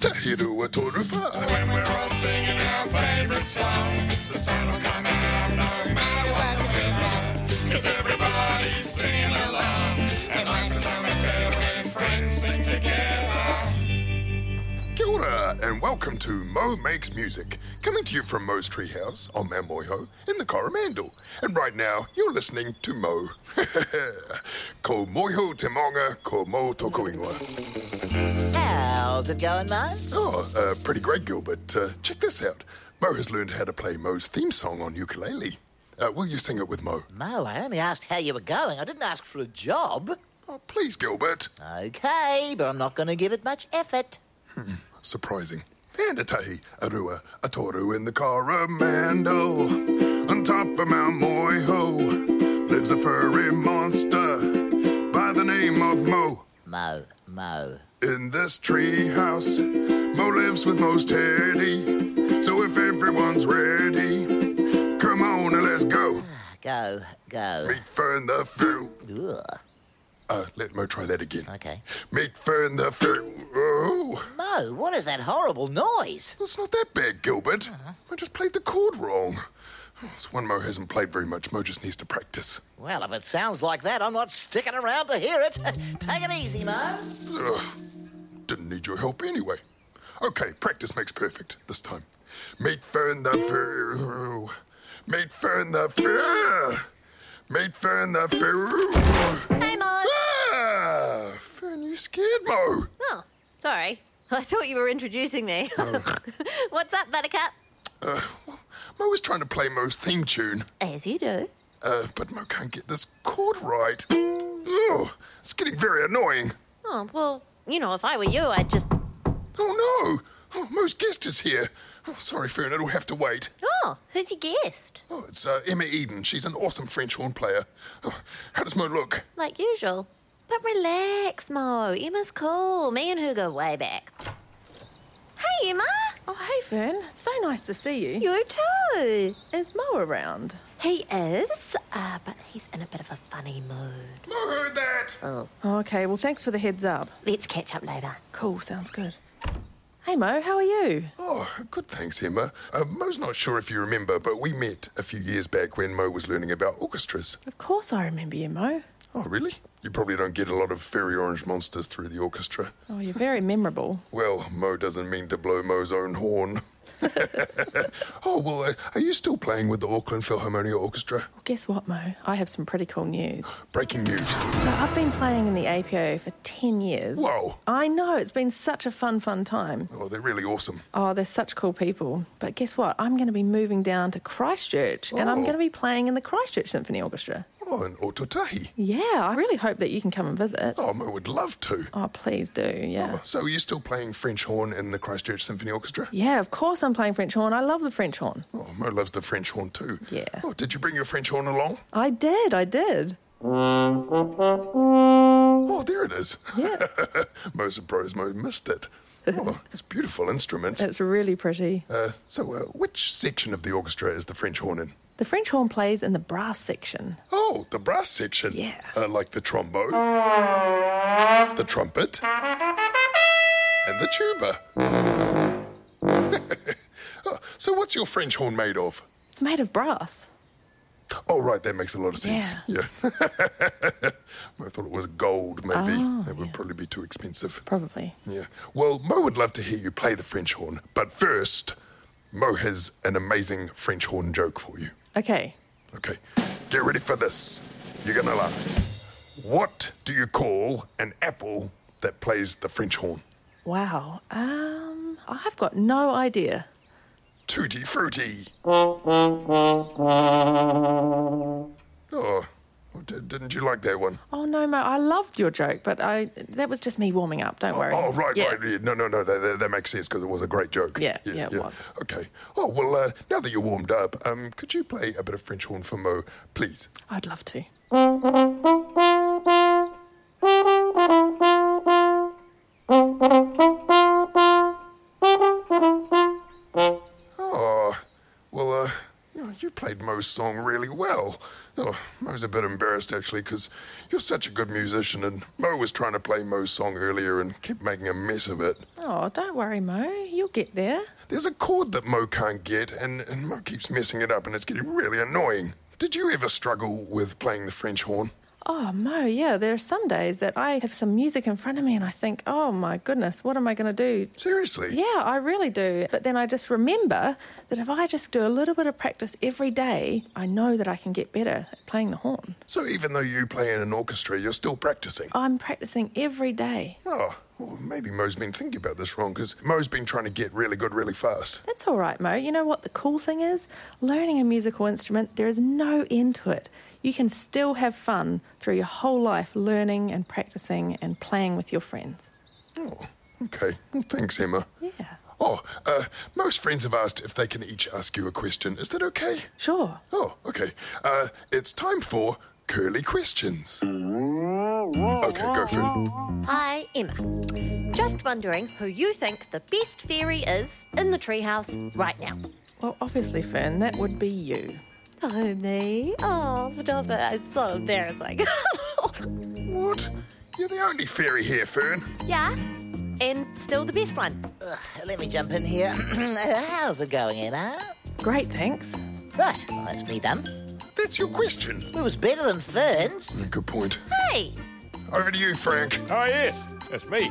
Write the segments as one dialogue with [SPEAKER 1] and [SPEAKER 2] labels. [SPEAKER 1] säger du ett ungefär?
[SPEAKER 2] When we're all singing our favorite song, the sun will come out no matter what the wind blows. Cause everybody's singing along, and life is so much better when friends sing together.
[SPEAKER 1] Kia ora, and welcome to Mo Makes Music, coming to you from Mo's Treehouse on Mount Moiho in the Coromandel. And right now, you're listening to Mo. ko Moiho te maunga, ko Mo toko ingoa.
[SPEAKER 3] How's it going, Mo?
[SPEAKER 1] Oh, uh, pretty great, Gilbert. Uh, check this out. Mo has learned how to play Mo's theme song on ukulele. Uh, will you sing it with Mo?
[SPEAKER 3] Mo, I only asked how you were going. I didn't ask for a job.
[SPEAKER 1] Oh, please, Gilbert.
[SPEAKER 3] Okay, but I'm not going to give it much effort.
[SPEAKER 1] surprising. And a tahi, a rua, a toru in the Coromandel. On top of Mount Moiho lives a furry monster by the name of Mo.
[SPEAKER 3] Mo, Mo.
[SPEAKER 1] In this tree house, Mo lives with Mo's Teddy. So if everyone's ready, come on and let's go.
[SPEAKER 3] Go, go.
[SPEAKER 1] Meet Fern the Foo.
[SPEAKER 3] Ugh,
[SPEAKER 1] Uh, let Mo try that again.
[SPEAKER 3] okay.
[SPEAKER 1] Meet Fern the Foo. Oh,
[SPEAKER 3] Mo, what is that horrible noise?
[SPEAKER 1] It's not that bad, Gilbert. I just played the chord wrong. It's one Mo hasn't played very much. Mo just needs to practice.
[SPEAKER 3] Well, if it sounds like that, I'm not sticking around to hear it. Take it easy, Mo.
[SPEAKER 1] Ugh. Didn't need your help anyway. Okay, practice makes perfect this time. Meet Fern the Foo. Meet Fern the Foo. Meet Fern the Foo.
[SPEAKER 4] Hey, Mo.
[SPEAKER 1] Ah, Fern, you scared Mo.
[SPEAKER 4] Oh, sorry. I thought you were introducing me. What's up, Buttercup?
[SPEAKER 1] Uh, Mo was trying to play Mo's theme tune.
[SPEAKER 4] As you do.
[SPEAKER 1] Uh, but Mo can't get this chord right. Ugh, it's getting very annoying.
[SPEAKER 4] Oh, well, you know, if I were you, I'd just.
[SPEAKER 1] Oh no! Oh, Mo's guest is here. Oh, sorry, Fern, it'll have to wait.
[SPEAKER 4] Oh, who's your guest?
[SPEAKER 1] Oh, it's uh, Emma Eden. She's an awesome French horn player. Oh, how does Mo look?
[SPEAKER 4] Like usual. But relax, Mo. Emma's cool. Me and her go way back. Hey, Emma.
[SPEAKER 5] Oh, hey, Fern. So nice to see you.
[SPEAKER 4] You too.
[SPEAKER 5] Is Mo around?
[SPEAKER 4] He is, uh, but he's in a bit of a funny mood.
[SPEAKER 1] Mo heard that.
[SPEAKER 5] Oh, okay, well, thanks for the heads up.
[SPEAKER 4] Let's catch up later.
[SPEAKER 5] Cool, sounds good. Hey, Mo, how are you?
[SPEAKER 1] Oh, good thanks, Emma. Uh, Mo's not sure if you remember, but we met a few years back when Mo was learning about orchestras.
[SPEAKER 5] Of course I remember you, Mo.
[SPEAKER 1] Oh, really? You probably don't get a lot of fairy orange monsters through the orchestra.
[SPEAKER 5] Oh, you're very memorable.
[SPEAKER 1] Well, Mo doesn't mean to blow Mo's own horn. oh, well, uh, are you still playing with the Auckland Philharmonia Orchestra?
[SPEAKER 5] Well, guess what, Mo? I have some pretty cool news.
[SPEAKER 1] Breaking news.
[SPEAKER 5] So, I've been playing in the APO for 10 years.
[SPEAKER 1] Whoa.
[SPEAKER 5] I know, it's been such a fun, fun time.
[SPEAKER 1] Oh, they're really awesome.
[SPEAKER 5] Oh, they're such cool people. But guess what? I'm going to be moving down to Christchurch and I'm
[SPEAKER 1] Oh.
[SPEAKER 5] going to be playing in the Christchurch Symphony Orchestra.
[SPEAKER 1] Oh, and Ototahi.
[SPEAKER 5] Yeah, I really hope that you can come and visit.
[SPEAKER 1] Oh, I would love to.
[SPEAKER 5] Oh, please do, yeah.
[SPEAKER 1] So, are you still playing French horn in the Christchurch Symphony Orchestra?
[SPEAKER 5] Yeah, of course I'm playing French horn. I love the French horn.
[SPEAKER 1] Oh, Mo loves the French horn too.
[SPEAKER 5] Yeah.
[SPEAKER 1] Oh, did you bring your French horn along?
[SPEAKER 5] I did, I did.
[SPEAKER 1] Oh, there it is. Yeah. Mo surprised Mo missed it. Oh, it's a beautiful instrument.
[SPEAKER 5] It's really pretty.
[SPEAKER 1] Uh, so, uh, which section of the orchestra is the French horn in?
[SPEAKER 5] The French horn plays in the brass section.
[SPEAKER 1] Oh, the brass section.
[SPEAKER 5] Yeah.
[SPEAKER 1] Uh, like the trombone, the trumpet, and the tuba. Oh, so, what's your French horn made of?
[SPEAKER 5] It's made of brass.
[SPEAKER 1] Oh, right, that makes a lot of sense. Yeah. I thought it was gold, maybe. that would probably be too expensive.
[SPEAKER 5] Probably.
[SPEAKER 1] Yeah. Well, Mo would love to hear you play the French horn, but first, Mo has an amazing French horn joke for you.
[SPEAKER 5] Okay.
[SPEAKER 1] Okay, get ready for this. You're gonna laugh. What do you call an apple that plays the French horn?
[SPEAKER 5] Wow. Um I've got no idea.
[SPEAKER 1] Tutti frutti. Oh, d- didn't you like that one?
[SPEAKER 5] Oh no, Mo, I loved your joke, but I that was just me warming up, don't worry.
[SPEAKER 1] Oh, right,
[SPEAKER 5] Yeah.
[SPEAKER 1] right. Yeah. No, no, no. That, that, that makes sense because it was a great joke.
[SPEAKER 5] Yeah, yeah, it was.
[SPEAKER 1] Okay. Oh, well, uh, now that you're warmed up, um, could you play a bit of French horn for Mo, please?
[SPEAKER 5] I'd love to.
[SPEAKER 1] Oh, well, uh, you, know, you played Mo's song really well. Oh, I was a bit embarrassed actually, because you're such a good musician, and Mo was trying to play Mo's song earlier and kept making a mess of it.
[SPEAKER 5] Oh, don't worry, Mo. You'll get there.
[SPEAKER 1] There's a chord that Mo can't get, and, and Mo keeps messing it up, and it's getting really annoying. Did you ever struggle with playing the French horn?
[SPEAKER 5] Oh, Mo, yeah, there are some days that I have some music in front of me and I think, oh my goodness, what am I going to do?
[SPEAKER 1] Seriously?
[SPEAKER 5] Yeah, I really do. But then I just remember that if I just do a little bit of practice every day, I know that I can get better at playing the horn.
[SPEAKER 1] So even though you play in an orchestra, you're still practicing.
[SPEAKER 5] I'm practicing every day.
[SPEAKER 1] Oh, well, maybe Mo's been thinking about this wrong, because Mo's been trying to get really good really fast.
[SPEAKER 5] That's all right, Mo. You know what the cool thing is? Learning a musical instrument, there is no end to it. You can still have fun through your whole life learning and practicing and playing with your friends.
[SPEAKER 1] Oh, okay. Well, thanks, Emma.
[SPEAKER 5] Yeah.
[SPEAKER 1] Oh, uh, most friends have asked if they can each ask you a question. Is that okay?
[SPEAKER 5] Sure.
[SPEAKER 1] Oh, okay. Uh, it's time for curly questions. Okay, go Finn.
[SPEAKER 4] Hi, Emma. Just wondering who you think the best fairy is in the treehouse right now.
[SPEAKER 5] Well, obviously, Fern, that would be you.
[SPEAKER 4] Oh, me? Oh, stop it. It's so embarrassing.
[SPEAKER 1] What? You're the only fairy here, Fern.
[SPEAKER 4] yeah, and still the best one.
[SPEAKER 3] Let me jump in here. How's it going, Emma?
[SPEAKER 5] Great, thanks.
[SPEAKER 3] Right, well, that's me done.
[SPEAKER 1] That's your question.
[SPEAKER 3] It was better than Fern's.
[SPEAKER 1] Mm, Good point.
[SPEAKER 4] Hey,
[SPEAKER 1] Over to you, Frank.
[SPEAKER 6] Oh, yes, that's me.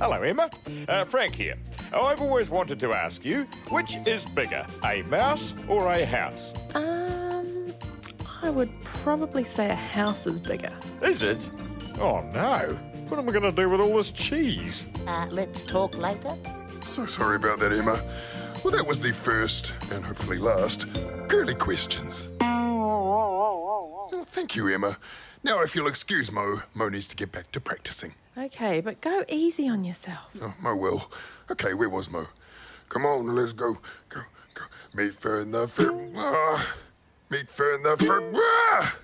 [SPEAKER 6] Hello, Emma. Uh, Frank here. I've always wanted to ask you which is bigger, a mouse or a house?
[SPEAKER 5] Um, I would probably say a house is bigger.
[SPEAKER 6] Is it? Oh, no. What am I going to do with all this cheese?
[SPEAKER 3] Uh, let's talk later.
[SPEAKER 1] So sorry about that, Emma. Well, that was the first, and hopefully last, girly questions. Oh, thank you, Emma. Now, if you'll excuse Mo, Mo needs to get back to practicing.
[SPEAKER 5] Okay, but go easy on yourself.
[SPEAKER 1] Oh, Mo will. Okay, where was Mo? Come on, let's go. Go, go. Meet Fern the Fern. Ah. Meet Fern the Fern. Ah.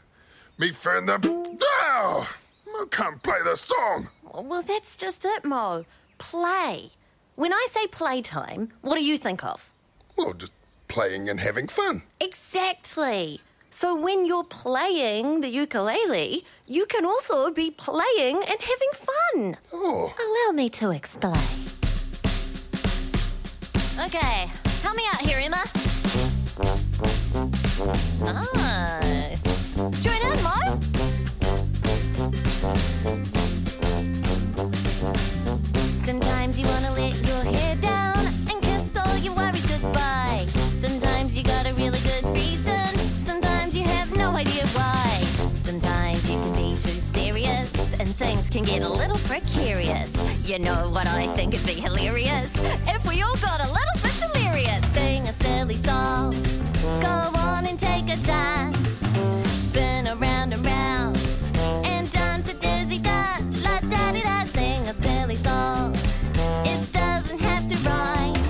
[SPEAKER 1] Meet Fern the. Ah. Mo can't play the song.
[SPEAKER 4] well, that's just it, Mo. Play. When I say playtime, what do you think of?
[SPEAKER 1] Well, just playing and having fun.
[SPEAKER 4] Exactly. So when you're playing the ukulele, you can also be playing and having fun.
[SPEAKER 1] Oh,
[SPEAKER 4] Allow me to explain. Okay, help me out here, Emma. Nice. Join in, Mo. Sometimes you wanna let your hair down and kiss all your worries goodbye. Sometimes you got a really good reason. Sometimes you have no idea why. Sometimes you can be too serious and things can get a little precarious. You know what I think it'd be hilarious if we all got a little bit delirious. Sing a silly song. Go on and take a chance. Spin around and round and dance a dizzy dance. La da da da. Sing a silly song. It doesn't have to rhyme.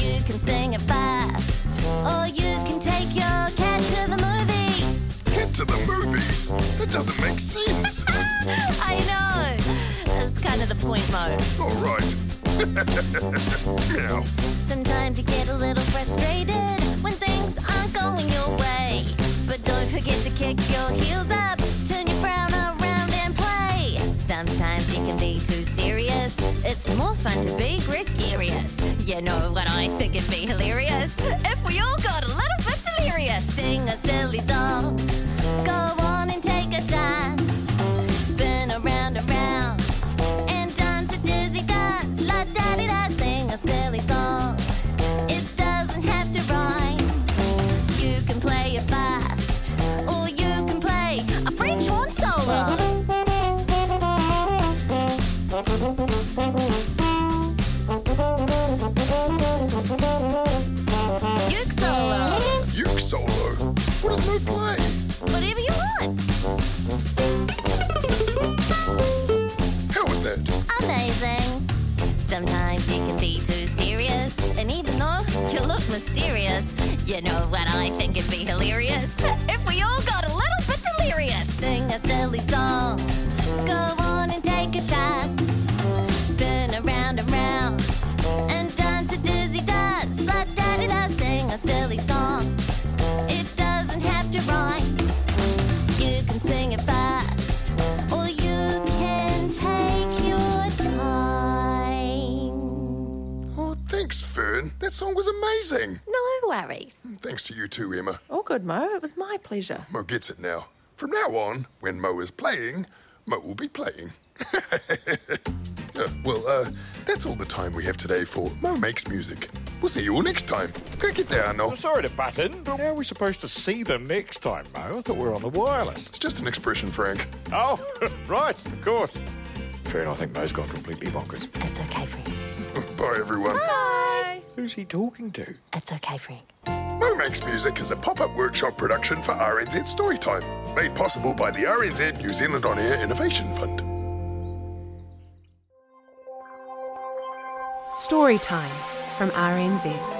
[SPEAKER 4] You can sing it fast, or you can take your cat to the movies.
[SPEAKER 1] get to the movies. That doesn't make sense.
[SPEAKER 4] I know. That's kind of the point, Mo.
[SPEAKER 1] All right. Meow.
[SPEAKER 4] Sometimes you get a little frustrated when things aren't going your way. But don't forget to kick your heels up, turn your frown around and play. Sometimes you can be too serious. It's more fun to be gregarious. You know what I think it'd be hilarious if we all got a little bit delirious. Sing a silly song, go on and take a chance. Spin around and round and dance a dizzy dance. La da di da, sing a silly song. It doesn't have to rhyme. You can play it fast, or you can play a French horn solo. Uke solo,
[SPEAKER 1] Uke solo. What does Mo play?
[SPEAKER 4] whatever you want.
[SPEAKER 1] How was that?
[SPEAKER 4] amazing. Sometimes you can be too serious, and even though you look mysterious, you know what I think it'd be hilarious if we all got a little bit delirious. Sing a silly song, go on and take a chance, spin around and round, and dance a dizzy dance. La da da da, sing a silly song. It doesn't have to rhyme.
[SPEAKER 1] Aaron. Oh, That song was amazing.
[SPEAKER 4] No worries.
[SPEAKER 1] Thanks to you too, Emma.
[SPEAKER 5] All good, Mo. It was my pleasure.
[SPEAKER 1] Mo gets it now. From now on, when Mo is playing, Mo will be playing. Uh, well, uh, that's all the time we have today for Mo Makes Music. We'll see you all next time. Go get there,
[SPEAKER 6] I'm
[SPEAKER 1] Arnold.
[SPEAKER 6] sorry to butt in, but how are we supposed to see them next time, Mo? I thought we were on the wireless.
[SPEAKER 1] It's just an expression, Frank.
[SPEAKER 6] Oh, right, of course. Fred, I think Mo's gone completely bonkers.
[SPEAKER 7] It's okay, Frank.
[SPEAKER 1] Bye, everyone.
[SPEAKER 6] Who's he talking to?
[SPEAKER 7] It's okay, Frank.
[SPEAKER 1] Mo Makes Music is a pop up workshop production for RNZ Storytime, made possible by the RNZ New Zealand On Air Innovation Fund.
[SPEAKER 8] Story time from RNZ.